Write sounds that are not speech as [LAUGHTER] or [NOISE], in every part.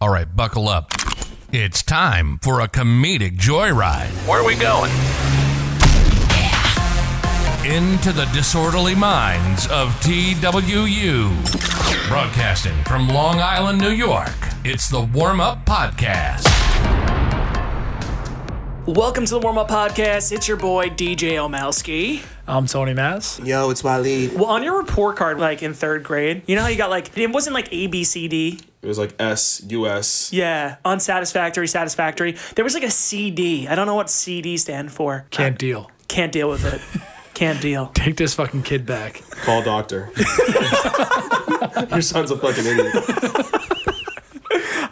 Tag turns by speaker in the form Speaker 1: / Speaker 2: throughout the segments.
Speaker 1: All right, buckle up. It's time for a comedic joyride.
Speaker 2: Where are we going?
Speaker 1: Into the disorderly minds of TWU. Broadcasting from Long Island, New York, it's the Warm Up Podcast.
Speaker 3: Welcome to the Warm Up Podcast. It's your boy DJ Omalski.
Speaker 4: I'm Tony Mass.
Speaker 5: Yo, it's Waleed.
Speaker 3: Well, on your report card, like in third grade, you know how you got like it wasn't like A B C D.
Speaker 6: It was like S U S.
Speaker 3: Yeah, unsatisfactory, satisfactory. There was like a CD. I don't know what CD stand for.
Speaker 4: Can't deal.
Speaker 3: Can't deal with [LAUGHS] it. Can't deal.
Speaker 4: Take this fucking kid back.
Speaker 6: Call
Speaker 5: [LAUGHS]
Speaker 6: doctor. [LAUGHS] Your son's a fucking idiot.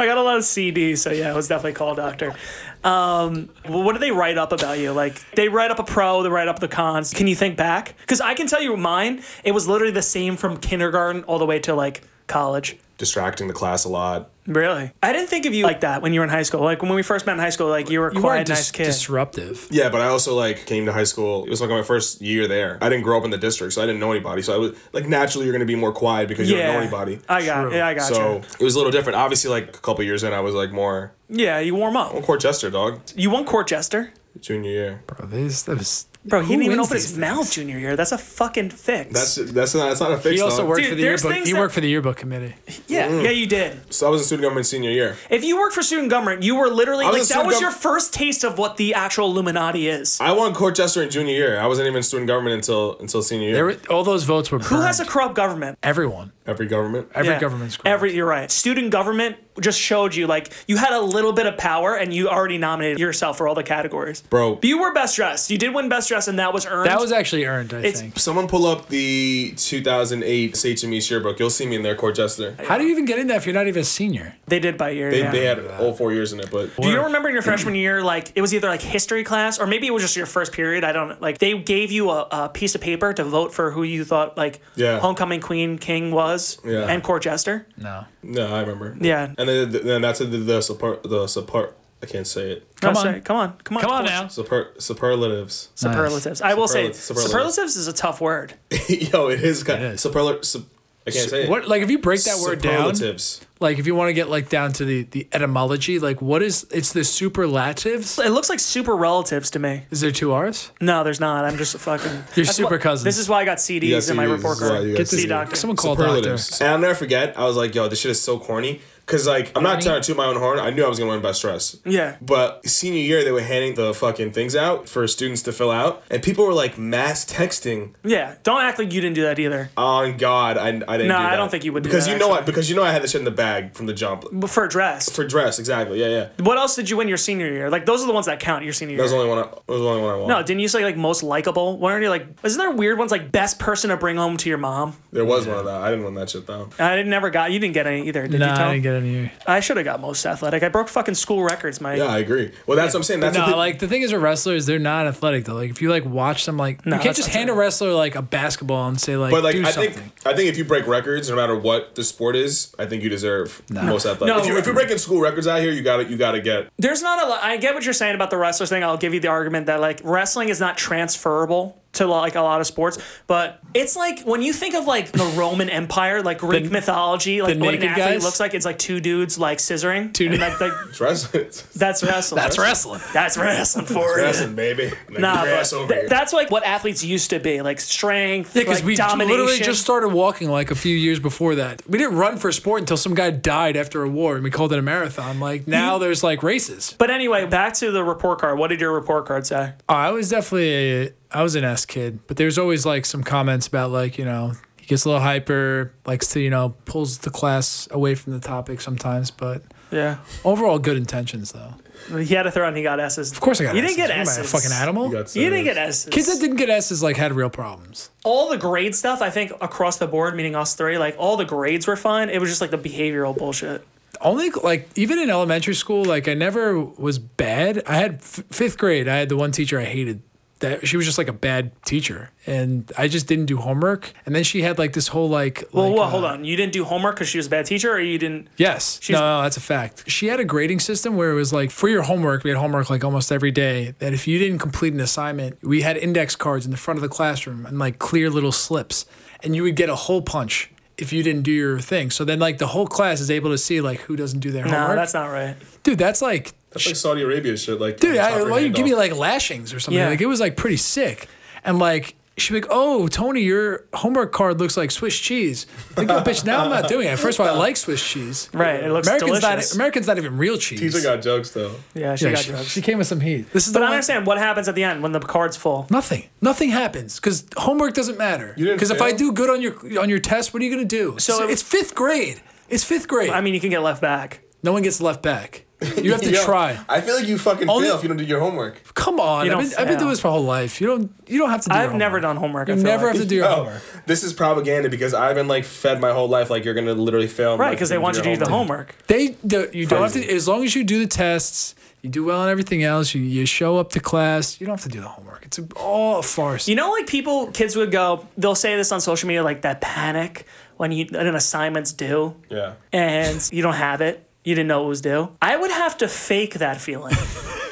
Speaker 3: I got a lot of CDs, so yeah, I was definitely called doctor. Um, well, what do they write up about you? Like they write up a pro, they write up the cons. Can you think back? Because I can tell you mine. It was literally the same from kindergarten all the way to like college.
Speaker 6: Distracting the class a lot.
Speaker 3: Really? I didn't think of you like that when you were in high school. Like when we first met in high school, like you were a
Speaker 4: You
Speaker 3: quiet,
Speaker 4: weren't dis-
Speaker 3: nice kid.
Speaker 4: disruptive.
Speaker 6: Yeah, but I also like came to high school. It was like my first year there. I didn't grow up in the district, so I didn't know anybody. So I was like naturally you're gonna be more quiet because you don't know anybody.
Speaker 3: I got. Yeah, I got
Speaker 6: so it was a little different. Obviously, like a couple years in, I was like more
Speaker 3: you. Yeah, you warm up.
Speaker 6: court jester, dog.
Speaker 3: You won court jester,
Speaker 6: Junior year.
Speaker 4: Bro, this, that was,
Speaker 3: bro. He
Speaker 4: Who
Speaker 3: didn't even
Speaker 4: wins
Speaker 3: open his
Speaker 4: these
Speaker 3: mouth junior year. That's a fucking fix.
Speaker 6: That's that's not that's not a fix.
Speaker 4: he also
Speaker 6: dog.
Speaker 4: worked
Speaker 3: Dude,
Speaker 4: for the
Speaker 3: there's
Speaker 4: yearbook.
Speaker 3: things
Speaker 4: He
Speaker 3: that-
Speaker 4: worked for the yearbook committee.
Speaker 3: yeah, yeah, you did.
Speaker 6: So I was in student government senior year.
Speaker 3: If you worked for student government, you were literally
Speaker 6: was
Speaker 3: like
Speaker 6: in
Speaker 3: that
Speaker 6: student
Speaker 3: was
Speaker 6: gov-
Speaker 3: your first taste of what the actual Illuminati is.
Speaker 6: I won court jester in junior year. I wasn't even in student government until until senior year.
Speaker 4: There were, all those votes were
Speaker 3: Who
Speaker 4: burned.
Speaker 3: has a corrupt government?
Speaker 4: Everyone.
Speaker 6: Every government.
Speaker 4: Every
Speaker 3: Yeah.
Speaker 4: government's corrupt.
Speaker 3: Every you're right. Student government just showed you like you had a little bit of power and you already nominated yourself for all the categories.
Speaker 6: Bro.
Speaker 3: But you were best dressed. You did win best dressed and that was earned.
Speaker 4: That was actually earned, I
Speaker 3: It's-
Speaker 4: think.
Speaker 6: Someone pull up the 2008 SHME yearbook. You'll see me in there, court jester.
Speaker 4: How do you even get in that if you're not even a senior?
Speaker 3: they did by year.
Speaker 6: They,
Speaker 3: yeah.
Speaker 6: they had all four years in it, but
Speaker 3: Do you remember in your freshman year, like it was either like history class or maybe it was just your first period? I don't like they gave you a, a piece of paper to vote for who you thought like
Speaker 6: Yeah.
Speaker 3: homecoming queen king was
Speaker 6: Yeah.
Speaker 3: and court jester.
Speaker 4: No.
Speaker 6: no, I remember.
Speaker 3: Yeah.
Speaker 6: And then, then that's the, the support the support. I can't say it.
Speaker 3: Come
Speaker 4: on.
Speaker 3: come on, come on,
Speaker 4: Come on now.
Speaker 6: Super, superlatives. [LAUGHS]
Speaker 3: Superlatives. I will say
Speaker 6: Superlatives.
Speaker 3: superlatives. is a tough word.
Speaker 6: Yo, it is kind
Speaker 4: It is.
Speaker 6: superla- sup- I can't say it.
Speaker 4: What like if you break that word down,
Speaker 6: Superlatives.
Speaker 4: like if you want to get like down to the the etymology, like what is it's the superlatives?
Speaker 3: It looks like super relatives to me.
Speaker 4: Is there two R's?
Speaker 3: No, there's not. I'm just a fucking.
Speaker 4: Your
Speaker 3: That's
Speaker 4: super
Speaker 3: why-
Speaker 4: cousins.
Speaker 3: This is why I got CDs
Speaker 6: You got
Speaker 3: in my
Speaker 6: CDs,
Speaker 3: report
Speaker 6: this is why
Speaker 3: card.
Speaker 6: you got
Speaker 3: Get
Speaker 6: CDs.
Speaker 3: see doctor.
Speaker 4: Someone call doctor.
Speaker 6: Superlatives. And I'll never forget. I was like, yo, this shit is so corny. Cause like I'm not trying to toot my own horn. I knew I was gonna win best dress.
Speaker 3: Yeah.
Speaker 6: But senior year, they were handing the fucking things out for students to fill out, and people were like mass texting.
Speaker 3: Yeah, don't act like you didn't do that either.
Speaker 6: On God, I, I didn't. do
Speaker 3: No, I
Speaker 6: that.
Speaker 3: don't think you would do
Speaker 6: because
Speaker 3: that,
Speaker 6: you know what? Because you know I had this shit in the bag from the jump
Speaker 3: But for dress,
Speaker 6: for dress. Exactly. Yeah, yeah. That
Speaker 3: what else did you win your senior year? Like those are the ones that count your senior year.
Speaker 6: was the only one. I, that was the only one I won.
Speaker 3: No, didn't you say like most likable? Why aren't you like? Isn't there weird ones like best person to bring home to your mom?
Speaker 6: there was one of that. I didn't win that shit though.
Speaker 3: I didn't never got. You didn't get any either, did
Speaker 4: Nah,
Speaker 3: you? Tell?
Speaker 4: I
Speaker 3: I,
Speaker 4: didn't get any.
Speaker 3: should have got most athletic. I broke fucking school records, Mike.
Speaker 6: Yeah, I agree. Well, that's what I'm saying. That's
Speaker 4: No,
Speaker 6: the,
Speaker 4: like the thing is with wrestlers, they're not athletic though. Like if you like watch them, like you can't
Speaker 3: that's
Speaker 4: just
Speaker 3: not
Speaker 4: hand
Speaker 3: true.
Speaker 4: a wrestler like a basketball and say like,
Speaker 6: But like
Speaker 4: do
Speaker 6: I
Speaker 4: something.
Speaker 6: think I think if you break records, no matter what the sport is, I think you deserve most athletic.
Speaker 3: No.
Speaker 6: if, you, if you're breaking school records out here, you got to You got to get.
Speaker 3: There's not a lot. I get what you're saying about the wrestlers thing. I'll give you the argument that like wrestling is not transferable to like a lot of sports, but it's like when you think of like the Roman Empire, like Greek mythology, like
Speaker 4: the
Speaker 3: what an
Speaker 4: naked
Speaker 3: athlete
Speaker 4: guys?
Speaker 3: looks like. It's like two dudes like scissoring. Two like, like,
Speaker 6: Dress.
Speaker 3: that's wrestling.
Speaker 4: [LAUGHS] that's wrestling.
Speaker 3: That's wrestling for you.
Speaker 6: [LAUGHS] Dressing, baby. Like,
Speaker 3: Nah,
Speaker 6: grass
Speaker 3: but
Speaker 6: over
Speaker 3: th-
Speaker 6: here.
Speaker 3: that's like what athletes used to be, like strength,
Speaker 4: Because
Speaker 3: like
Speaker 4: we j-
Speaker 3: domination.
Speaker 4: literally just started walking like a few years before that. We didn't run for sport until some guy died after a war and we called it a marathon. Like now there's like races.
Speaker 3: But anyway, back to the report card. What did your report card say?
Speaker 4: Oh, I was definitely a, I was an S kid, but there's always like some comments about like you know he gets a little hyper, likes to you know pulls the class away from the topic sometimes, but
Speaker 3: Yeah,
Speaker 4: overall good intentions though.
Speaker 3: he had to throw and he got S's.
Speaker 4: Of course I got.
Speaker 3: You didn't get
Speaker 4: S's. What am I,
Speaker 3: S's.
Speaker 4: a fucking animal.
Speaker 6: You got
Speaker 3: You didn't
Speaker 6: serious.
Speaker 3: get S's.
Speaker 4: Kids that didn't get S's like had real problems.
Speaker 3: all the grade stuff, I think across the board, meaning us three, like all the grades were fine. It was just like the behavioral bullshit.
Speaker 4: Only like even in elementary school, like I never was bad. I had f- fifth grade. I had the one teacher I hated. That she was just like a bad teacher, and I just didn't do homework. And then she had like this whole like.
Speaker 3: Well,
Speaker 4: like,
Speaker 3: well,
Speaker 4: uh,
Speaker 3: hold on. You didn't do homework because she was a bad teacher, or you didn't.
Speaker 4: Yes.
Speaker 3: She's-
Speaker 4: no, no, that's a fact. She had a grading system where it was like for your homework, we had homework like almost every day. That if you didn't complete an assignment, we had index cards in the front of the classroom and like clear little slips, and you would get a hole punch if you didn't do your thing. So then like the whole class is able to see like who doesn't do their
Speaker 3: No,
Speaker 4: homework.
Speaker 3: that's not right.
Speaker 4: Dude, that's like
Speaker 6: That's like Saudi Arabia shit. Like,
Speaker 4: dude,
Speaker 6: chop
Speaker 4: I,
Speaker 6: your
Speaker 4: why you
Speaker 6: hand
Speaker 4: give me
Speaker 6: off.
Speaker 4: like lashings or something?
Speaker 3: Yeah.
Speaker 4: Like it was like pretty sick. And like she'd be like, "Oh, Tony, your homework card looks like Swiss cheese." Like, oh, bitch, now I'm not doing it. First of all, I like Swiss cheese.
Speaker 3: Right. It looks
Speaker 4: Americans
Speaker 3: delicious.
Speaker 4: not Americans not even real cheese.
Speaker 6: These are got jokes though.
Speaker 3: yeah, she
Speaker 4: Yeah,
Speaker 3: got
Speaker 4: she,
Speaker 3: drugs.
Speaker 4: she came with some heat. This is
Speaker 3: but
Speaker 4: the
Speaker 3: I
Speaker 4: one-
Speaker 3: understand what happens at the end when the card's full.
Speaker 4: Nothing. Nothing happens because homework doesn't matter.
Speaker 6: didn't
Speaker 4: Because if I
Speaker 6: fail?
Speaker 4: do good on your on your test, what are you gonna do?
Speaker 3: So
Speaker 4: So
Speaker 3: it-
Speaker 4: it's fifth grade. It's fifth grade.
Speaker 3: I mean, you can get left back.
Speaker 4: no one gets left back. You have
Speaker 6: [LAUGHS]
Speaker 4: to
Speaker 6: Yeah.
Speaker 4: try.
Speaker 6: I feel like you fucking
Speaker 4: Only-
Speaker 6: fail if you don't do your homework.
Speaker 4: Come on. I've
Speaker 3: don't
Speaker 4: been, I've been
Speaker 3: fail.
Speaker 4: doing this my whole life. You don't. You don't have to. do your
Speaker 3: I've never
Speaker 4: homework.
Speaker 3: done homework.
Speaker 4: You
Speaker 3: I feel
Speaker 4: never
Speaker 3: like.
Speaker 4: have
Speaker 3: [LAUGHS]
Speaker 4: to do your
Speaker 6: Oh,
Speaker 4: homework.
Speaker 6: [LAUGHS] this is propaganda because I've been like fed my whole life. Like you're gonna literally fail.
Speaker 3: Right, because they want you to do the homework.
Speaker 4: They. The, you don't have to. As long as you do the tests, you do well on everything else. You, you show up to class. You don't have to do the homework. It's all a farce.
Speaker 3: You know, like people, kids would go, they'll say this on social media, like that panic when you an assignment's due
Speaker 6: Yeah.
Speaker 3: and you don't have it. You didn't know it was due. I would have to fake that [LAUGHS] feeling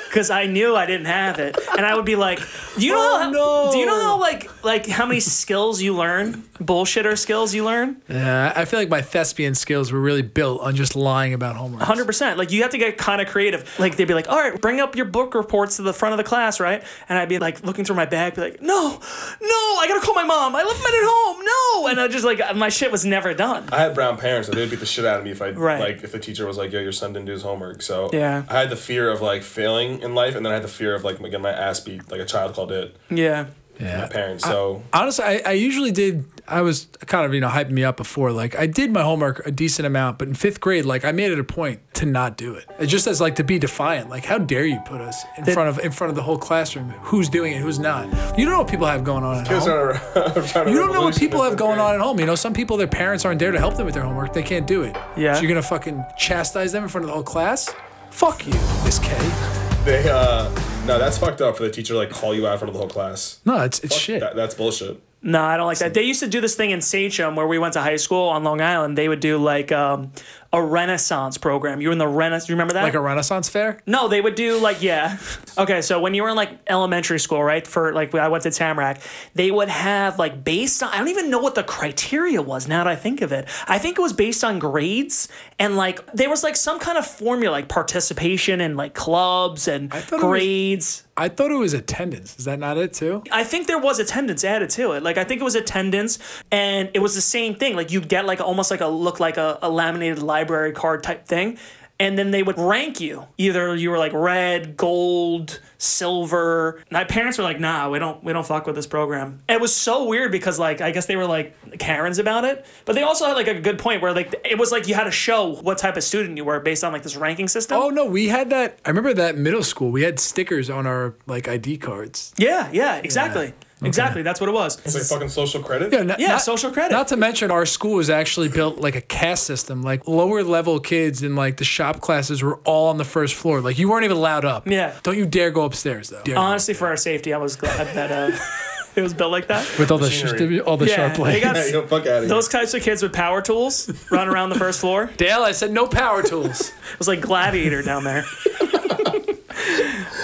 Speaker 3: because I knew I didn't have it, and I would be like, "Do you know?
Speaker 4: Oh,
Speaker 3: how,
Speaker 4: no.
Speaker 3: Do you know how like like how many skills you learn? Bullshitter skills you learn?
Speaker 4: Yeah, I feel like my thespian skills were really built on just lying about homework.
Speaker 3: Hundred percent. Like you have to get kind of creative. Like they'd be like, "All right, bring up your book reports to the front of the class, right?" And I'd be like looking through my bag, be like, "No, no, I gotta call my mom. I left mine at home. No!" And I just like my shit was never done.
Speaker 6: I had brown parents, so they'd beat the shit out of me if I
Speaker 3: Right.
Speaker 6: like if the teacher was like, "Yo, your son didn't do his homework." So
Speaker 3: Yeah.
Speaker 6: I had the fear of like failing in life, and then I had the fear of like getting my ass beat, like a child called it.
Speaker 3: Yeah.
Speaker 6: My parents. So
Speaker 4: Honestly, I, I usually did. I was kind of you know hyping me up before. Like I did my homework a decent amount, but in fifth grade, like I made it a point to not do it. It just as like to be defiant. Like how dare you put us in front of in front of the whole classroom? Who's doing it? Who's not? You don't know what people have going on at
Speaker 3: Oh.
Speaker 6: [LAUGHS] kids
Speaker 4: home.
Speaker 6: are trying to
Speaker 4: You don't know what
Speaker 6: revolution
Speaker 4: people
Speaker 6: it.
Speaker 4: have going on at home. You know, some people their parents aren't there to help them with their homework. They can't do it.
Speaker 3: Yeah.
Speaker 4: So you're gonna fucking chastise them in front of the whole class? Fuck you, Miss K.
Speaker 6: They uh, no, that's fucked up for the teacher to like call you out in front of the whole class.
Speaker 4: No, it's it's shit.
Speaker 6: That, that's bullshit.
Speaker 3: No, I don't like that. They used to do this thing in Sachem where we went to high school on Long Island. They would do like um, a Renaissance program. You were in the Renaissance. You remember that?
Speaker 4: Like a Renaissance fair?
Speaker 3: No, they would do like yeah. Okay, so when you were in like elementary school, right? For like I went to Tamarack, they would have like based on I don't even know what the criteria was now that I think of it. I think it was based on grades and like there was like some kind of formula like participation and like clubs and
Speaker 4: thought it was-
Speaker 3: grades.
Speaker 4: I thought it was attendance. Is that not it too?
Speaker 3: I think there was attendance added to it. Like I think it was attendance, and it was the same thing. Like you'd get like almost like a look like a, a laminated library card type thing, and then they would rank you. Either you were like red, gold, silver. My parents were like, "Nah, we don't we don't fuck with this program." It was so weird because like I guess they were like Karens about it, but they also had like a good point where like it was like you had to show what type of student you were based on like this ranking system.
Speaker 4: Oh no, we had that. I remember that middle school. We had stickers on our like ID cards.
Speaker 3: yeah, yeah, exactly. Exactly, that's what it was.
Speaker 6: It's like fucking social credit. [LAUGHS]
Speaker 4: not,
Speaker 3: Yeah, social credit.
Speaker 4: Not to mention our school was actually built like a caste system. Like lower level kids in like the shop classes were all on the first floor. Like you weren't even allowed up.
Speaker 3: Yeah.
Speaker 4: Don't you dare go upstairs though. Dare not.
Speaker 3: Honestly, for our safety, I was glad that uh, it was built like that.
Speaker 4: With all the
Speaker 6: machinery.
Speaker 4: sh- all the
Speaker 3: Yeah,
Speaker 4: sharp
Speaker 3: they
Speaker 4: blades.
Speaker 3: got-
Speaker 6: [LAUGHS] Yeah, you don't fuck out of
Speaker 3: Those types of kids with power tools run around the first floor.
Speaker 4: Dale, I said no power tools.
Speaker 3: It was like gladiator down there.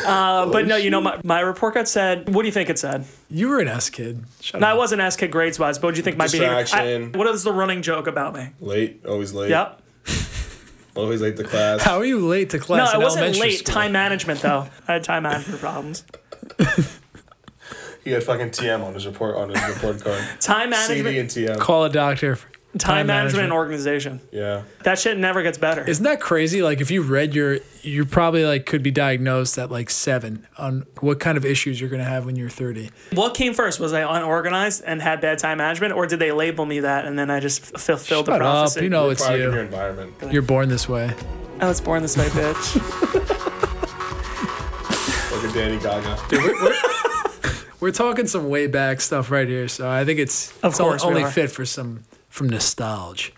Speaker 3: Uh, but no, you know, my, my report card said, what do you think it said?
Speaker 4: [LAUGHS] you were an S kid. Shut
Speaker 3: No, I
Speaker 4: up.
Speaker 3: wasn't asked kid grades wise, but what do you think my behavior? I,
Speaker 6: Distraction.
Speaker 3: what is the running joke about me?
Speaker 6: Late, always late.
Speaker 3: Yep.
Speaker 6: Always late to class.
Speaker 4: How are you late to
Speaker 3: No,
Speaker 4: class?
Speaker 3: I
Speaker 4: in
Speaker 3: wasn't
Speaker 4: elementary
Speaker 3: late.
Speaker 4: school?
Speaker 3: Time management, though. I had time management problems.
Speaker 6: He had fucking TM on his report on his report [LAUGHS] card.
Speaker 3: Time management,
Speaker 6: CD and TM.
Speaker 4: Call a doctor.
Speaker 3: time, management, and organization.
Speaker 6: yeah.
Speaker 3: That shit never gets better.
Speaker 4: Isn't that crazy? Like if you read your, you probably like could be diagnosed at like seven on what kind of issues you're gonna have when you're thirty.
Speaker 3: What came first? Was I unorganized and had bad time management, or did they label me that and then I just f- fulfilled the
Speaker 4: Shut up,
Speaker 3: prophecy?
Speaker 4: you know it's
Speaker 6: Product of your
Speaker 4: you.
Speaker 6: environment.
Speaker 4: You're born this way.
Speaker 3: I was born this way, bitch.
Speaker 6: Like a Danny Gaga.
Speaker 4: We're talking some way back stuff right here, so I think it's
Speaker 3: Of
Speaker 4: it's
Speaker 3: course we
Speaker 4: only
Speaker 3: are.
Speaker 4: fit for some from nostalgia.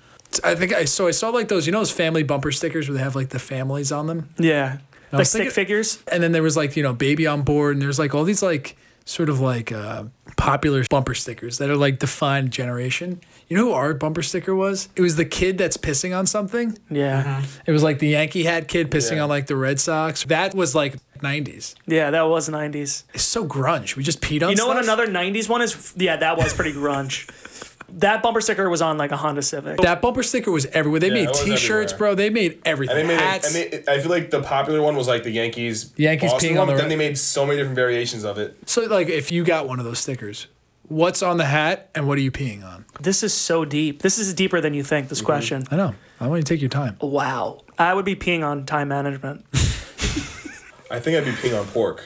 Speaker 4: I think I so I saw like those you know those family bumper stickers where they have like the families on them,
Speaker 3: [LAUGHS] yeah, like
Speaker 4: was
Speaker 3: stick
Speaker 4: thinking-
Speaker 3: figures.
Speaker 4: and then there was like you know baby on board, and there's like all these like sort of like uh, popular bumper stickers that are like defined generation. You know who our bumper sticker was? It was the kid that's pissing on something.
Speaker 3: Yeah,
Speaker 4: It was like the Yankee hat kid pissing
Speaker 6: Yeah.
Speaker 4: on like the Red Sox. That was like 90s.
Speaker 3: yeah, that was '90s.
Speaker 4: It's so grunge. We just peed on
Speaker 3: You know what?
Speaker 4: stuff.
Speaker 3: Another '90s one is yeah, that was pretty grunge. That bumper sticker was on like a Honda Civic.
Speaker 4: That bumper sticker was everywhere. They made
Speaker 6: it was
Speaker 4: T-shirts,
Speaker 6: everywhere.
Speaker 4: bro. They made everything.
Speaker 6: And they made,
Speaker 4: Hats.
Speaker 6: and they, I feel like the popular one was like the Yankees,
Speaker 4: Yankees
Speaker 6: Boston
Speaker 4: peeing
Speaker 6: one,
Speaker 4: on the
Speaker 6: but then
Speaker 4: ri-
Speaker 6: they made so many different variations of it.
Speaker 4: so, like, if you got one of those stickers, what's on the hat and what are you peeing on?
Speaker 3: This is so deep. This is deeper than you think. This question.
Speaker 4: Mm-hmm. I know. I want you to take your time.
Speaker 3: Wow. I would be peeing on time management.
Speaker 6: I think I'd be peeing on pork,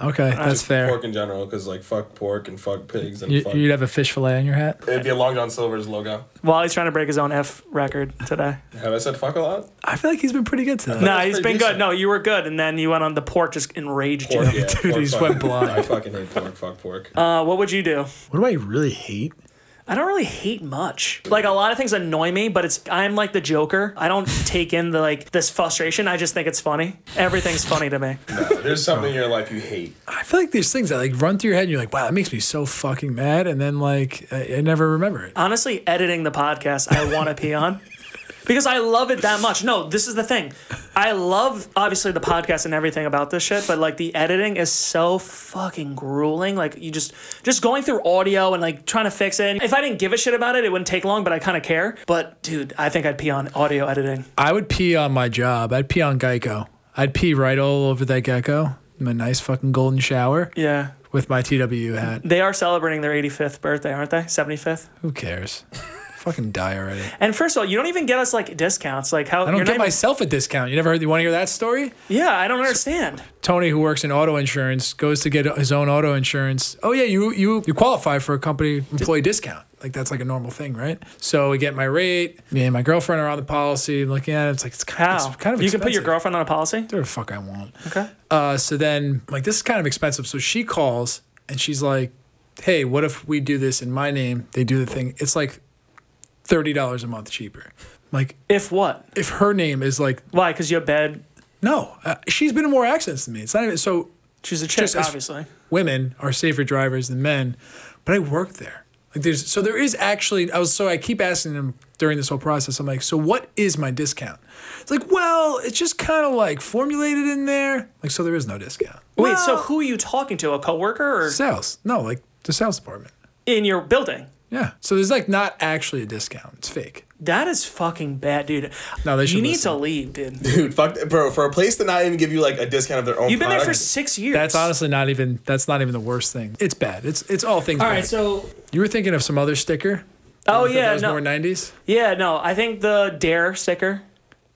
Speaker 4: Okay, that's fair.
Speaker 6: pork in general, because like fuck pork and fuck pigs and
Speaker 4: You,
Speaker 6: fuck.
Speaker 4: you'd have a fish fillet on your hat.
Speaker 6: It'd be a Long John Silver's logo.
Speaker 3: While he's trying to break his own F record today.
Speaker 6: Have I said fuck
Speaker 4: [LAUGHS]
Speaker 6: a lot?
Speaker 4: I feel like he's been pretty good to that.
Speaker 3: No, he's
Speaker 6: pretty
Speaker 3: been
Speaker 6: decent.
Speaker 3: good. No, you were good, and then you went on the pork, just enraged
Speaker 6: Pork,
Speaker 3: you.
Speaker 6: yeah, pork
Speaker 4: he's
Speaker 6: fuck.
Speaker 4: went blind.
Speaker 6: I fucking hate pork. Fuck pork.
Speaker 3: Uh, what would you do?
Speaker 4: What do I really hate?
Speaker 3: I don't really hate much. Like a lot of things annoy me, but it's I'm like the Joker. I don't take in the like this frustration. I just think it's funny. Everything's funny to me.
Speaker 6: There's something in your life you hate.
Speaker 4: I feel like there's things that like run through your head and you're like, wow, that makes me so fucking mad. And then like, I, I never remember it.
Speaker 3: Honestly, editing the podcast, I want to pee on. Because I love it that much. No, this is the thing. I love obviously the podcast and everything about this shit, but like the editing is so fucking grueling. Like you just just going through audio and like trying to fix it. And if I didn't give a shit about it, it wouldn't take long, but I kind of care. But dude, I think I'd pee on audio editing.
Speaker 4: I would pee on my job. I'd pee on Geico. I'd pee right all over that gecko. in My nice fucking golden shower
Speaker 3: Yeah.
Speaker 4: with my TWU hat.
Speaker 3: They are celebrating their 85th birthday, aren't they? 75th.
Speaker 4: Who cares? [LAUGHS] fucking die already.
Speaker 3: And first of all, you don't even get us like discounts. Like how
Speaker 4: I don't
Speaker 3: you're
Speaker 4: get
Speaker 3: not even-
Speaker 4: myself a discount. You never heard? You want to hear that story?
Speaker 3: Yeah, I don't understand.
Speaker 4: Tony, who works in auto insurance, goes to get his own auto insurance. Oh yeah, you you you qualify for a company employee discount. Like that's like a normal thing, right? So we get my rate. Me and my girlfriend are on the policy, looking at it. It's like it's kind,
Speaker 3: How?
Speaker 4: it's kind of
Speaker 3: you can put your
Speaker 4: expensive.
Speaker 3: girlfriend on a policy?
Speaker 4: Do whatever the fuck I want.
Speaker 3: Okay.
Speaker 4: Uh, so then, I'm like, this is kind of expensive. So she calls and she's like, hey, what if we do this in my name? They do the thing. It's like $30 a month cheaper. I'm Like,
Speaker 3: If what?
Speaker 4: if her name is like,
Speaker 3: Why? Because you have bed.
Speaker 4: no, uh, she's been in more accidents than me. It's not even so
Speaker 3: She's a chick,
Speaker 4: Just as-
Speaker 3: obviously.
Speaker 4: women are safer drivers than men, but I work there. Like there's so there is actually I was so I keep asking them during this whole process. I'm like, so what is my discount? It's like, well, it's just kind of like formulated in there. Like so there is no discount.
Speaker 3: Wait, so who are you talking to? A coworker or
Speaker 4: Sales. No, like the sales department.
Speaker 3: in your building?
Speaker 4: Yeah. So there's like not actually a discount. It's fake.
Speaker 3: That is fucking bad, dude.
Speaker 4: No, they should
Speaker 3: you need
Speaker 4: listen.
Speaker 3: to leave, dude.
Speaker 6: Dude, fuck, bro. For a place to not even give you like a discount of their own.
Speaker 3: You've been there for
Speaker 6: product,
Speaker 3: six years.
Speaker 4: That's honestly not even that's not even the worst thing. It's bad. It's it's all things
Speaker 2: All
Speaker 4: bad.
Speaker 2: right, so
Speaker 4: you were thinking of some other sticker?
Speaker 3: Oh
Speaker 4: that
Speaker 3: yeah,
Speaker 4: was
Speaker 3: no,
Speaker 4: more 90s.
Speaker 3: yeah, no. I think the Dare sticker.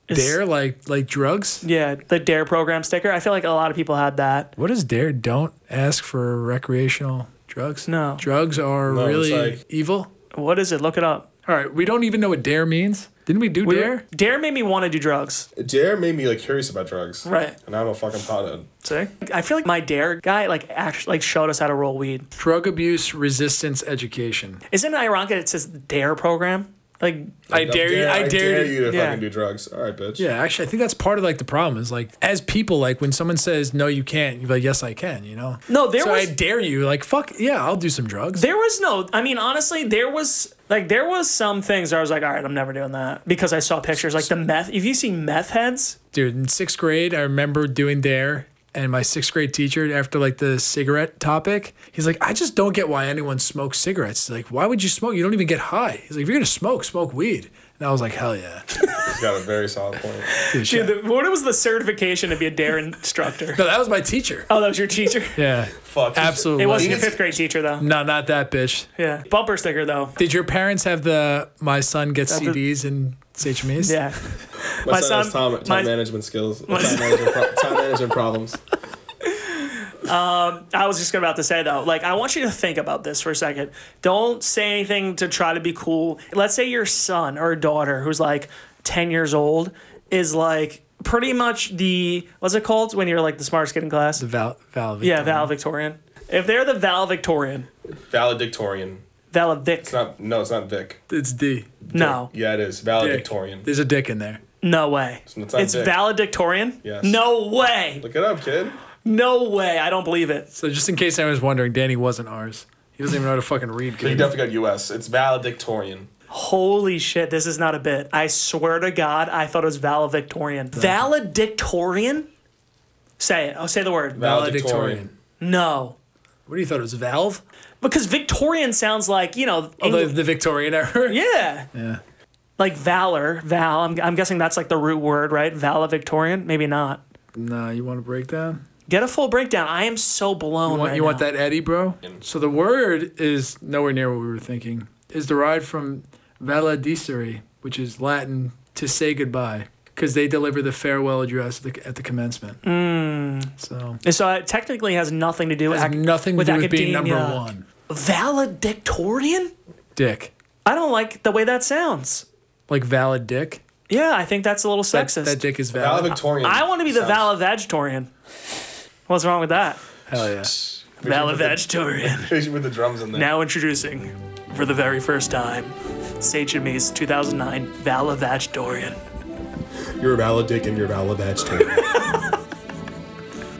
Speaker 3: is-
Speaker 4: Dare like like drugs?
Speaker 3: Yeah, the Dare program sticker. I feel like a lot of people had that.
Speaker 4: What is dare? Don't ask for recreational drugs.
Speaker 3: No.
Speaker 4: Drugs are
Speaker 6: No, it's
Speaker 4: really
Speaker 6: like-
Speaker 4: evil.
Speaker 3: What is it? Look it up.
Speaker 4: All right. We don't even know what dare means. Didn't we do
Speaker 3: We-
Speaker 4: dare?
Speaker 3: Dare made me want to do drugs.
Speaker 6: Dare made me like curious about drugs.
Speaker 3: Right.
Speaker 6: And I'm a fucking pothead.
Speaker 3: See? I feel like my dare guy like actually like showed us how to roll weed.
Speaker 4: Drug abuse resistance education.
Speaker 3: Isn't it ironic that it says dare program? Like
Speaker 4: I dare you. I dare you.
Speaker 6: you to
Speaker 3: yeah.
Speaker 6: fucking do drugs. All right, bitch.
Speaker 4: Yeah, actually, I think that's part of like the problem is like as people like when someone says no, you can't. You're like yes, I can. You know.
Speaker 3: No, there
Speaker 4: so
Speaker 3: was-
Speaker 4: I dare you. Like fuck yeah, I'll do some drugs.
Speaker 3: there was no I mean honestly there was like there was some things where I was like all right I'm never doing that because I saw pictures like the meth if you see meth heads
Speaker 4: Dude, in sixth grade, I remember doing dare. And my sixth grade teacher, after like the cigarette topic, he's like, I just don't get why anyone smokes cigarettes. Like, why would you smoke? You don't even get high. He's like, if you're gonna smoke, smoke weed. And I was like, hell yeah.
Speaker 6: He's got a very solid
Speaker 3: [LAUGHS]
Speaker 6: point.
Speaker 4: Dude, shit.
Speaker 3: dude the, what was the certification to be a dare instructor
Speaker 4: no, that was my teacher.
Speaker 3: [LAUGHS] oh that was your teacher
Speaker 4: Yeah,
Speaker 6: Fuck. this-
Speaker 4: absolutely.
Speaker 3: it wasn't your fifth grade teacher though
Speaker 4: No, not that bitch.
Speaker 3: yeah bumper sticker though
Speaker 4: Did your parents have the my son gets
Speaker 3: the-
Speaker 4: CDs and CHMEs?
Speaker 3: yeah
Speaker 6: My,
Speaker 3: my
Speaker 6: son, has
Speaker 3: son-
Speaker 6: time, time
Speaker 3: my-
Speaker 6: management skills.
Speaker 3: [LAUGHS]
Speaker 6: time, management pro- time management problems.
Speaker 3: I was just about to say though, like I want you to think about this for a second. Don't say anything to try to be cool. Let's say your son or daughter who's like 10 years old is like pretty much the what's it called when you're like the smartest kid in class?
Speaker 4: Val, Val
Speaker 3: yeah, valedictorian. If they're the valedictorian,
Speaker 6: Valedictorian. It's
Speaker 3: valedict.
Speaker 6: not. No, it's not Vic.
Speaker 4: It's D.
Speaker 3: No,
Speaker 6: Yeah, it is. Valedictorian.
Speaker 4: There's a dick in there.
Speaker 3: no way.
Speaker 6: It's not
Speaker 3: It's
Speaker 6: dick.
Speaker 3: valedictorian.
Speaker 6: Yes.
Speaker 3: No way.
Speaker 6: Look it up, kid.
Speaker 3: No way. I don't believe it.
Speaker 4: So just in case anyone was wondering, Danny wasn't ours. He doesn't even know how to fucking read.
Speaker 6: You
Speaker 4: Good.
Speaker 6: definitely got U.S. It's valedictorian.
Speaker 3: Holy shit! This is not a bit. I swear to God, I thought it was valedictorian. Valedictorian. Say it. Oh, say the word.
Speaker 4: Valedictorian.
Speaker 3: No.
Speaker 4: What do you thought it was Valve?
Speaker 3: Because Victorian sounds like, you know,
Speaker 4: Oh, the,
Speaker 3: Engl-
Speaker 4: the Victorian era. [LAUGHS]
Speaker 3: yeah. Yeah. Like valor, Val. I'm, I'm guessing that's like the root word, right? Vala Victorian? Maybe not.
Speaker 4: Nah, you want a breakdown?
Speaker 3: Get a full breakdown. I am so blown.
Speaker 4: Oh, You want,
Speaker 3: right
Speaker 4: you want
Speaker 3: now.
Speaker 4: that Eddie, bro? So the word is nowhere near what we were thinking. Is derived from valedicere, which is Latin to say goodbye, because they deliver the farewell address at the, at the commencement. So
Speaker 3: So it technically has nothing to do with
Speaker 4: it has
Speaker 3: Hmm. ac-
Speaker 4: nothing to
Speaker 3: with
Speaker 4: do with being number
Speaker 3: academia.
Speaker 4: one.
Speaker 3: Valedictorian?
Speaker 4: Dick,
Speaker 3: I don't like the way that sounds.
Speaker 4: like valid dick.
Speaker 3: Yeah, I think that's a little
Speaker 4: That,
Speaker 3: sexist.
Speaker 4: that dick is valid.
Speaker 6: Valedictorian.
Speaker 3: I want to be the
Speaker 6: sounds-
Speaker 3: valedictorian. What's wrong with that?
Speaker 4: Hell yeah.
Speaker 3: Valedictorian.
Speaker 6: with the drums in there.
Speaker 3: now introducing, for the very first time, Sachemese 2009 valedictorian.
Speaker 6: You're a valedic and you're a valedictorian.
Speaker 3: [LAUGHS]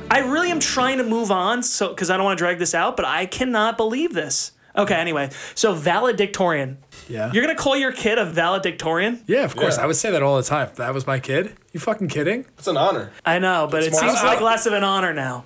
Speaker 3: I really am trying to move on, so because I don't want to drag this out, but I cannot believe this. Okay, anyway, so valedictorian.
Speaker 4: Yeah.
Speaker 3: You're gonna call your kid a valedictorian?
Speaker 4: yeah, of course.
Speaker 6: Yeah.
Speaker 4: I would say that all the time. If that was my kid. You fucking kidding?
Speaker 6: That's an honor.
Speaker 3: I know, but it
Speaker 6: more-
Speaker 3: seems like less of an honor [LAUGHS] now.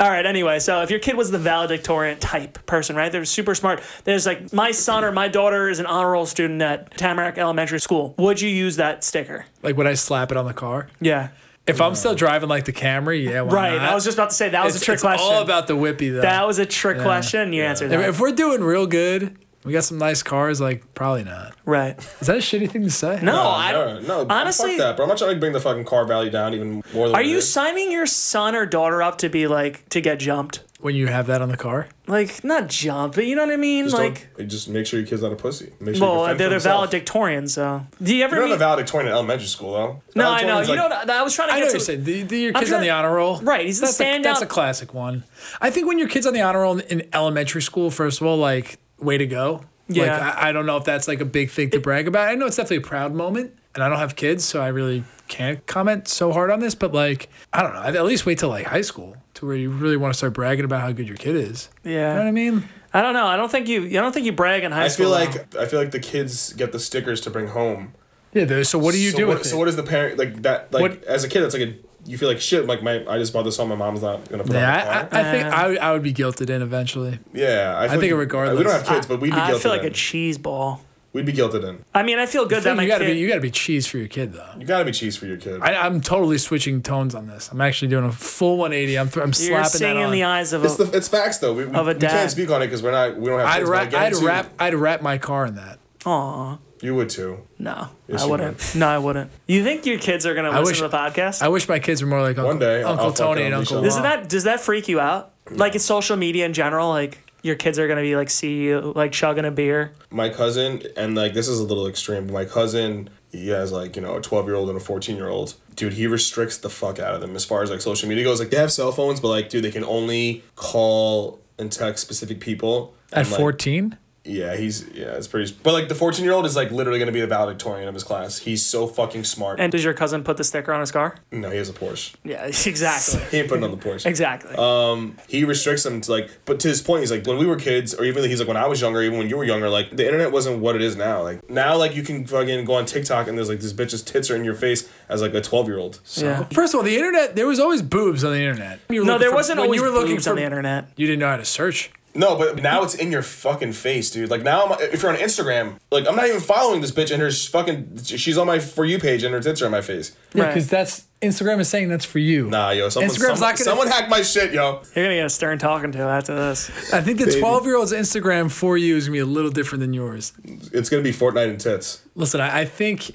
Speaker 3: All right, anyway, so if your kid was the valedictorian type person, right? They're super smart. There's like, my son or my daughter is an honor roll student at Tamarack Elementary School. Would you use that sticker?
Speaker 4: Like would I slap it on the car?
Speaker 3: Yeah.
Speaker 4: If I'm still driving like the Camry, yeah. Why
Speaker 3: Right.
Speaker 4: Not?
Speaker 3: I was just about to say that was
Speaker 4: it's,
Speaker 3: a trick
Speaker 4: it's
Speaker 3: question.
Speaker 4: all about the whippy though.
Speaker 3: that was a trick question. You answered
Speaker 4: If-
Speaker 3: that.
Speaker 4: If we're doing real good, we got some nice cars. Like probably not.
Speaker 3: right.
Speaker 4: Is that a shitty thing to say?
Speaker 3: [LAUGHS] No, Oh, I.
Speaker 6: No, no,
Speaker 3: honestly-
Speaker 6: honestly, fuck that, bro. I'm not trying to bring the fucking car value down even more than.
Speaker 3: Are
Speaker 6: it
Speaker 3: you
Speaker 6: is.
Speaker 3: signing your son or daughter up to be like, to get jumped?
Speaker 4: When you have that on the car,
Speaker 3: Like, not jumped, but you know what I mean?
Speaker 6: Just don't-
Speaker 3: like,
Speaker 6: just make sure your kid's not a pussy. Make sure.
Speaker 3: well,
Speaker 6: he can fend
Speaker 3: they're
Speaker 6: for
Speaker 3: the
Speaker 6: himself.
Speaker 3: valedictorian, so. Do you ever
Speaker 6: You're not
Speaker 3: meet-
Speaker 6: a valedictorian at elementary school, though.
Speaker 3: No, I know.
Speaker 6: Valedictorian's
Speaker 3: you
Speaker 6: like-
Speaker 3: don't. I was trying to
Speaker 4: I
Speaker 3: get
Speaker 4: know
Speaker 3: to
Speaker 4: you're saying the, the, your kids on
Speaker 3: trying-
Speaker 4: the honor roll.
Speaker 3: Right, he's the
Speaker 4: that's A, that's
Speaker 3: standout-
Speaker 4: a classic one. I think when your kids on the honor roll in, in elementary school, first of all, like way to go. Like,
Speaker 3: Yeah.
Speaker 4: I, I don't know if that's like a big thing to brag about. I know it's definitely a proud moment, and I don't have kids, so I really can't comment so hard on this. But like, I don't know. I'd at least wait till like high school to where you really want to start bragging about how good your kid is.
Speaker 3: Yeah.
Speaker 4: You know what I mean?
Speaker 3: I don't know. I don't think you. I don't think you brag in high
Speaker 6: I
Speaker 3: school.
Speaker 6: feel
Speaker 3: though.
Speaker 6: like I feel like the kids get the stickers to bring home.
Speaker 4: Yeah. though, So what do you
Speaker 6: so
Speaker 4: do
Speaker 6: what,
Speaker 4: with it?
Speaker 6: So what is the parent like that? Like
Speaker 4: What-
Speaker 6: as a kid, that's like a you feel like shit. Like my I just bought this home. My mom's not gonna put it on the
Speaker 4: Yeah,
Speaker 6: car.
Speaker 4: I, I, I think I, would- I would be guilted in eventually.
Speaker 6: yeah, I, feel
Speaker 4: think
Speaker 6: like-
Speaker 4: regardless-
Speaker 6: we don't have kids, but we'd be
Speaker 3: I
Speaker 6: guilty.
Speaker 3: feel like
Speaker 6: in.
Speaker 3: a cheese ball.
Speaker 6: we'd be guilted in.
Speaker 3: I mean, I feel good that my
Speaker 4: you gotta
Speaker 3: kid.
Speaker 4: be you gotta be cheese for your kid though.
Speaker 6: You gotta be cheese for your kid.
Speaker 4: I, I'm totally switching tones on this. I'm actually doing a full 180. I'm, th- I'm
Speaker 3: you're
Speaker 4: slapping that
Speaker 3: seeing in
Speaker 4: on.
Speaker 3: the eyes of
Speaker 6: it's
Speaker 3: a.
Speaker 6: the it's facts though. We, we,
Speaker 3: Of a
Speaker 6: we
Speaker 3: dad.
Speaker 6: can't speak on it because we're not we don't have.
Speaker 4: I'd
Speaker 6: kids, but I
Speaker 4: wrap I'd
Speaker 6: guarantee
Speaker 4: wrap I'd wrap my car in that.
Speaker 3: Aw,
Speaker 6: You would too.
Speaker 3: no,
Speaker 6: Yes,
Speaker 3: I
Speaker 6: you
Speaker 3: wouldn't. No, I wouldn't. You think your kids are gonna listen
Speaker 4: wish-
Speaker 3: to the podcast?
Speaker 4: I wish my kids were more like Uncle,
Speaker 6: day, I'll-
Speaker 4: Uncle
Speaker 6: I'll
Speaker 4: Tony
Speaker 6: fucking
Speaker 4: and
Speaker 6: unleash
Speaker 4: Uncle.
Speaker 6: them.
Speaker 4: Ron.
Speaker 3: Isn't that does that freak you out? Like it's social media in general. Like your kids are gonna be like see you like chugging a beer.
Speaker 6: my cousin and like this is a little extreme but my cousin he has like you know a 12 year old and a 14 year old dude he restricts the fuck out of them as far as like social media goes like they have cell phones but like dude they can only call and text specific people
Speaker 4: at
Speaker 6: And, like,
Speaker 4: 14?
Speaker 6: yeah he's yeah it's pretty but like the 14 year old is like literally gonna be the valedictorian of his class he's so fucking smart
Speaker 3: And does your cousin put the sticker on his car?
Speaker 6: no he has a porsche
Speaker 3: Yeah, [LAUGHS] exactly.
Speaker 6: he ain't putting on the porsche
Speaker 3: exactly.
Speaker 4: Um,
Speaker 6: he restricts them to like but to his point he's like when we were kids or even he's like when i was younger even when you were younger like the internet wasn't what it is now like now like you can fucking go on tiktok and there's like this bitch's tits are in your face as like a 12 year old so
Speaker 3: yeah.
Speaker 4: First of all, the internet there was always boobs on the internet. You were
Speaker 3: No,
Speaker 4: looking
Speaker 3: there
Speaker 4: for-
Speaker 3: wasn't
Speaker 4: when
Speaker 3: always
Speaker 4: you were looking
Speaker 3: boobs on
Speaker 4: for-
Speaker 3: the internet.
Speaker 4: You didn't know how to search.
Speaker 6: no but now it's in your fucking face dude like now I'm, if you're on instagram like i'm not even following this bitch and her fucking she's on my for you page and her tits are in my face
Speaker 3: Right.
Speaker 4: because that's Instagram is saying that's for you.
Speaker 6: nah yo someone,
Speaker 4: Instagram's
Speaker 6: someone,
Speaker 4: not gonna-
Speaker 6: someone hacked my shit yo
Speaker 3: You're gonna get a stern talking to after this.
Speaker 4: I think the 12 year old's Instagram for you is gonna be a little different than yours.
Speaker 6: it's gonna be fortnite and tits
Speaker 4: Listen, I, I think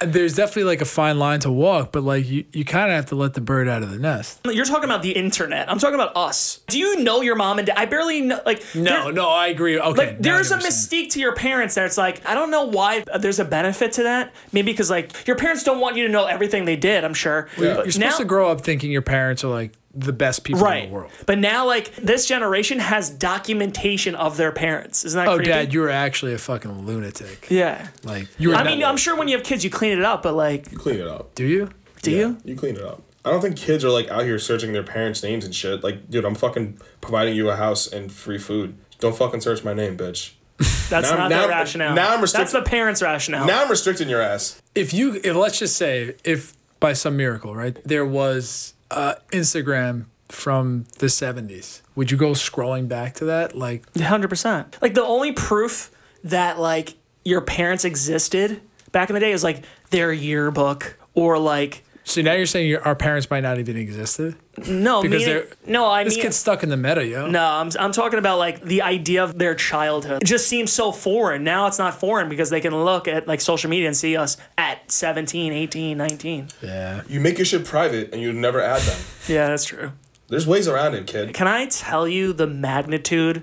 Speaker 4: there's definitely like a fine line to walk, but like you, you kind of have to let the bird out of the nest.
Speaker 3: You're talking about the internet. I'm talking about us. Do you know your mom and dad? I barely know. Like there-
Speaker 4: no, I agree. Okay,
Speaker 3: Like there's a
Speaker 4: 90%.
Speaker 3: mystique to your parents that it's like I don't know why there's a benefit to that. Maybe because like your parents don't want you to know everything they did. I'm sure. But
Speaker 4: You're supposed
Speaker 3: now-
Speaker 4: to grow up thinking your parents are like the best people
Speaker 3: right.
Speaker 4: in the world.
Speaker 3: But now like this generation has documentation of their parents. Isn't that
Speaker 4: Oh,
Speaker 3: creepy?
Speaker 4: dad, you were actually a fucking lunatic.
Speaker 3: yeah.
Speaker 4: Like you were.
Speaker 3: I mean, I'm sure when you have kids, you clean it up, but like,
Speaker 6: you clean it up
Speaker 4: do you?
Speaker 3: do you?
Speaker 6: You clean it up. I don't think kids are like out here searching their parents' names and shit. Like, dude, I'm fucking providing you a house and free food. Don't fucking search my name, bitch.
Speaker 3: That's
Speaker 6: Now-
Speaker 3: not
Speaker 6: now-
Speaker 3: their rationale.
Speaker 6: now I'm
Speaker 3: That's
Speaker 6: restrict-
Speaker 3: the parents' rationale.
Speaker 6: Now I'm restricting your ass.
Speaker 4: If you, if let's just say, if by some miracle, right, there was uh, Instagram from the 70s, would you go scrolling back to that? Like,
Speaker 3: Hundred percent. Like the only proof that like your parents existed back in the day is like their yearbook or like
Speaker 4: so now you're saying your, our parents might not even existed?
Speaker 3: no
Speaker 4: Because
Speaker 3: meaning-
Speaker 4: they're-
Speaker 3: no I
Speaker 4: This
Speaker 3: mean
Speaker 4: gets stuck in the meta, yo.
Speaker 3: no I'm I'm talking about like the idea of their childhood. It just seems so foreign. Now it's not foreign because they can look at like social media and see us at 17, 18, 19. [LAUGHS]
Speaker 4: Yeah.
Speaker 6: You make your shit private and you never add them.
Speaker 3: Yeah, that's true.
Speaker 6: There's ways around it, kid.
Speaker 3: Can I tell you the magnitude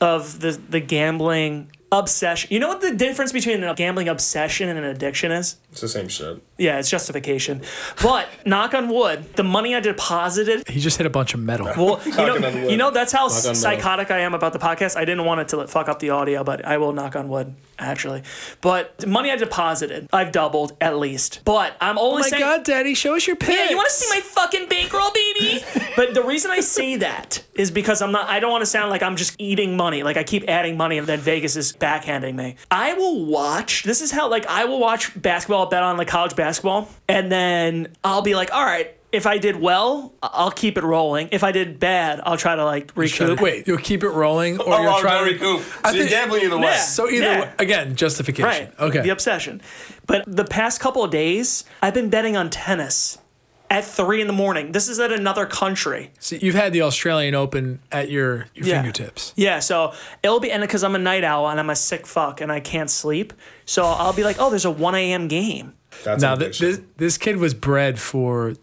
Speaker 3: of the the gambling obsession? You know what the difference between a gambling obsession and an addiction is?
Speaker 6: It's the same shit.
Speaker 3: Yeah, it's justification. But knock on wood, the money I
Speaker 6: [LAUGHS]
Speaker 3: deposited.
Speaker 4: He just hit a bunch of metal.
Speaker 3: Well, you know,
Speaker 6: Knocking on wood.
Speaker 3: you know that's how
Speaker 6: Knock on wood.
Speaker 3: psychotic I am about the podcast. I didn't want it to like, fuck up the audio, but I will knock on wood actually. But the money I deposited, I've doubled at least. But I'm only
Speaker 4: Oh my
Speaker 3: saying.
Speaker 4: God, Daddy, show us your pics.
Speaker 3: Yeah, you want to see my fucking bankroll, baby? [LAUGHS] but the reason I say that is because I'm not. I don't want to sound like I'm just eating money. Like I keep adding money, and then Vegas is backhanding me. I will watch. This is how. Like I will watch basketball, bet on like college basketball, and then I'll be like, all right. If I did well, I- I'll keep it rolling. If I did bad, I'll try to like
Speaker 4: Shut
Speaker 3: recoup.
Speaker 4: it. Wait, you'll keep it rolling or
Speaker 3: Oh,
Speaker 4: you're trying to
Speaker 6: recoup.
Speaker 4: I
Speaker 6: So you're
Speaker 4: think-
Speaker 6: gambling either way.
Speaker 3: Yeah.
Speaker 4: So either
Speaker 3: Yeah.
Speaker 4: way, again, justification.
Speaker 3: Right.
Speaker 4: Okay.
Speaker 3: The obsession. But the past couple of days, I've been betting on tennis at three in the morning. This is at another country.
Speaker 4: So you've had the Australian Open at your, your
Speaker 3: Yeah.
Speaker 4: fingertips.
Speaker 3: Yeah, so it'll be and because I'm a night owl and I'm a sick fuck and I can't sleep, so I'll be like, oh, there's a 1 a.m. game.
Speaker 6: That's
Speaker 4: Now
Speaker 6: an
Speaker 4: th-
Speaker 6: addiction.
Speaker 4: this this kid was bred for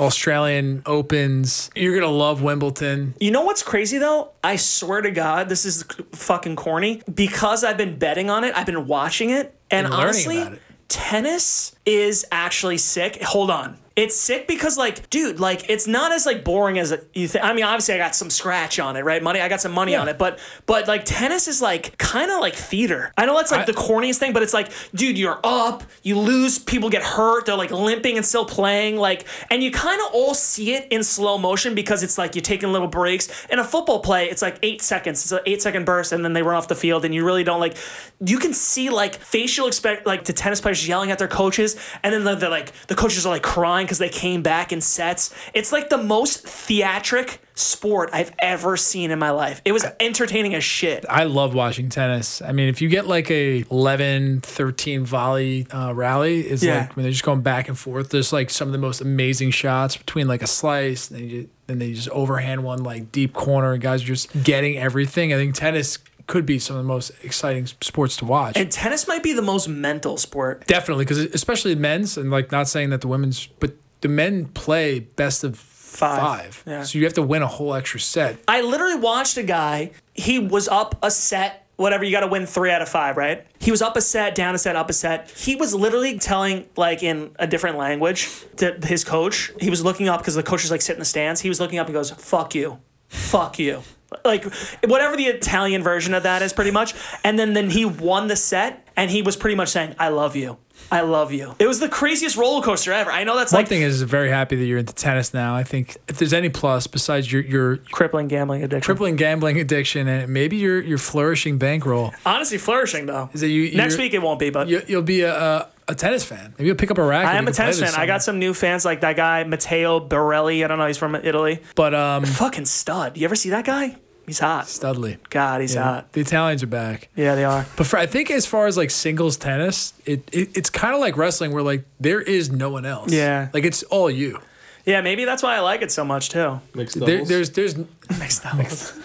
Speaker 4: Australian Opens. You're gonna love Wimbledon.
Speaker 3: You know what's crazy though? I swear to God, this is c- fucking corny. Because I've been betting on it, I've been watching it, and,
Speaker 4: And learning
Speaker 3: honestly,
Speaker 4: about it.
Speaker 3: tennis is actually sick. Hold on. It's sick because like, dude, like it's not as like boring as you think. I mean, obviously I got some scratch on it, right? Money, I got some money on it, but but like tennis is like kind of like theater. I know that's like
Speaker 4: I-
Speaker 3: the corniest thing, but it's like, dude, you're up, you lose, people get hurt, they're like limping and still playing, like, and you kind of all see it in slow motion because it's like you're taking little breaks. In a football play, it's like eight seconds, it's an eight second burst, and then they run off the field, and you really don't like. You can see like facial expect like the tennis players yelling at their coaches, and then they're, they're like the coaches are like crying because they came back in sets. It's like the most theatric sport I've ever seen in my life. It was entertaining as shit.
Speaker 4: I love watching tennis. I mean, if you get like a 11, 13 volley uh, rally, it's
Speaker 3: Yeah.
Speaker 4: like when they're just going back and forth. There's like some of the most amazing shots between like a slice, and then you, then they just overhand one like deep corner, and guys are just getting everything. I think tennis could be some of the most exciting s- sports to watch.
Speaker 3: And tennis might be the most mental sport.
Speaker 4: Definitely, because especially men's, and like not saying that the women's, but the men play best of five.
Speaker 3: yeah.
Speaker 4: So you have to win a whole extra set.
Speaker 3: I literally watched a guy. He was up a set, whatever. You got to win three out of five, right? He was up a set, down a set, up a set. He was literally telling, like in a different language, to his coach. He was looking up because the coach was like sitting in the stands. He was looking up and goes, "Fuck you, fuck you." Like whatever the Italian version of that is, pretty much. And then then he won the set, and he was pretty much saying, "I love you, I love you." It was the craziest roller coaster ever. I know that's
Speaker 4: One
Speaker 3: like
Speaker 4: thing is, very happy that you're into tennis now. I think if there's any plus besides your your
Speaker 3: crippling gambling addiction.
Speaker 4: crippling gambling addiction and maybe your your flourishing bankroll,
Speaker 3: Honestly, flourishing though.
Speaker 4: that you-
Speaker 3: Next
Speaker 4: you're-
Speaker 3: week it won't be, but
Speaker 4: you, you'll be a, a a tennis fan. Maybe you'll pick up a racket.
Speaker 3: I
Speaker 4: you
Speaker 3: am a
Speaker 4: can play
Speaker 3: tennis
Speaker 4: this
Speaker 3: fan. I got
Speaker 4: summer.
Speaker 3: some new fans like that guy Matteo Barelli. I don't know. He's from Italy.
Speaker 4: But um,
Speaker 3: Fucking stud. You ever see that guy? He's hot.
Speaker 4: Studley.
Speaker 3: God, he's
Speaker 4: Yeah,
Speaker 3: hot.
Speaker 4: the Italians are back.
Speaker 3: Yeah, they are.
Speaker 4: But for, I think as far as like singles tennis, it, it it's kind of like wrestling where like there is no one else.
Speaker 3: Yeah.
Speaker 4: Like it's all you.
Speaker 3: Yeah, maybe that's why I like it so much
Speaker 4: [LAUGHS]
Speaker 3: too.
Speaker 6: mixed
Speaker 4: There,
Speaker 6: doubles.
Speaker 4: there's there's
Speaker 3: Mixed doubles.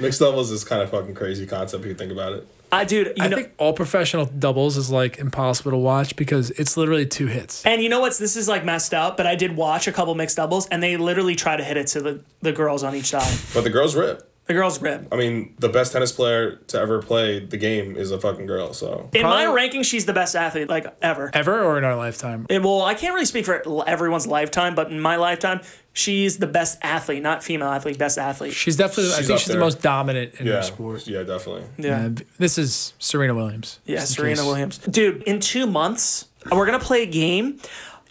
Speaker 6: mixed doubles is kind of fucking crazy concept if you think about it.
Speaker 3: I dude, you
Speaker 4: I
Speaker 3: know,
Speaker 4: think all professional doubles is like impossible to watch because it's literally two hits.
Speaker 3: and you know what's this is like messed up, but I did watch a couple mixed doubles, and they literally try to hit it to the the girls on each side.
Speaker 6: But the girls rip.
Speaker 3: The girls rib.
Speaker 6: I mean, the best tennis player to ever play the game is a fucking girl. So
Speaker 3: In my
Speaker 4: Probably-
Speaker 3: ranking, she's the best athlete like ever.
Speaker 4: Ever or in our lifetime?
Speaker 3: And, well, I can't really speak for everyone's lifetime, but in my lifetime, she's the best athlete, not female athlete, best athlete.
Speaker 4: She's definitely, I
Speaker 6: She's
Speaker 4: think
Speaker 6: up
Speaker 4: she's the
Speaker 6: there.
Speaker 4: most dominant in
Speaker 6: yeah,
Speaker 4: her sport.
Speaker 6: yeah, definitely.
Speaker 3: yeah.
Speaker 4: And this is Serena Williams.
Speaker 3: Yeah,
Speaker 4: just in
Speaker 3: Serena
Speaker 4: case.
Speaker 3: Williams. Dude, in two months, we're gonna play a game.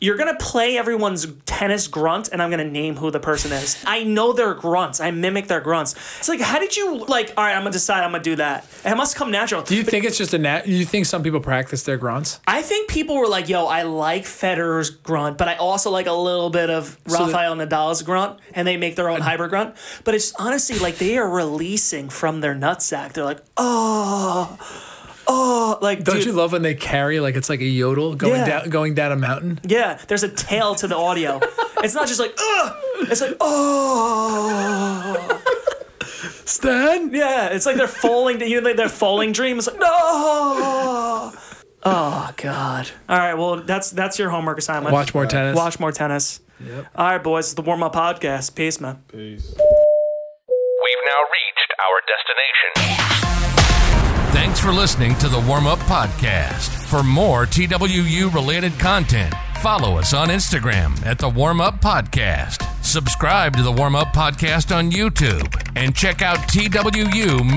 Speaker 3: You're gonna play everyone's tennis grunt, and I'm gonna name who the person is. I know their grunts. I mimic their grunts. It's like, how did you like? All right, I'm gonna decide. I'm gonna do that. And it must come natural.
Speaker 4: Do you think it's just a nat? You think some people practice their grunts?
Speaker 3: I think people were like, "Yo, I like Federer's grunt, but I also like a little bit of Rafael Nadal's grunt," and they make their own hybrid grunt. But it's honestly like they are releasing from their nutsack. They're like, "Oh, oh," like
Speaker 4: Don't
Speaker 3: dude,
Speaker 4: you love when they carry like it's like a yodel going
Speaker 3: Yeah.
Speaker 4: down going down a mountain?
Speaker 3: yeah. There's a tail to the audio. it's not just like, "Ugh." It's like, "Oh."
Speaker 4: Stan,
Speaker 3: Yeah, it's like they're falling. You know, like their falling dream. It's like, "No." Oh God! All right, well, that's that's your homework assignment.
Speaker 4: watch more tennis.
Speaker 3: Watch more tennis. All right, boys. It's the warm up podcast. Peace, man.
Speaker 6: Peace.
Speaker 2: We've now reached our destination.
Speaker 1: Thanks for listening to the Warm Up Podcast. For more TWU related content, follow us on Instagram at the Warm Up Podcast. Subscribe to the Warm Up Podcast on YouTube and check out TWUmedia.com.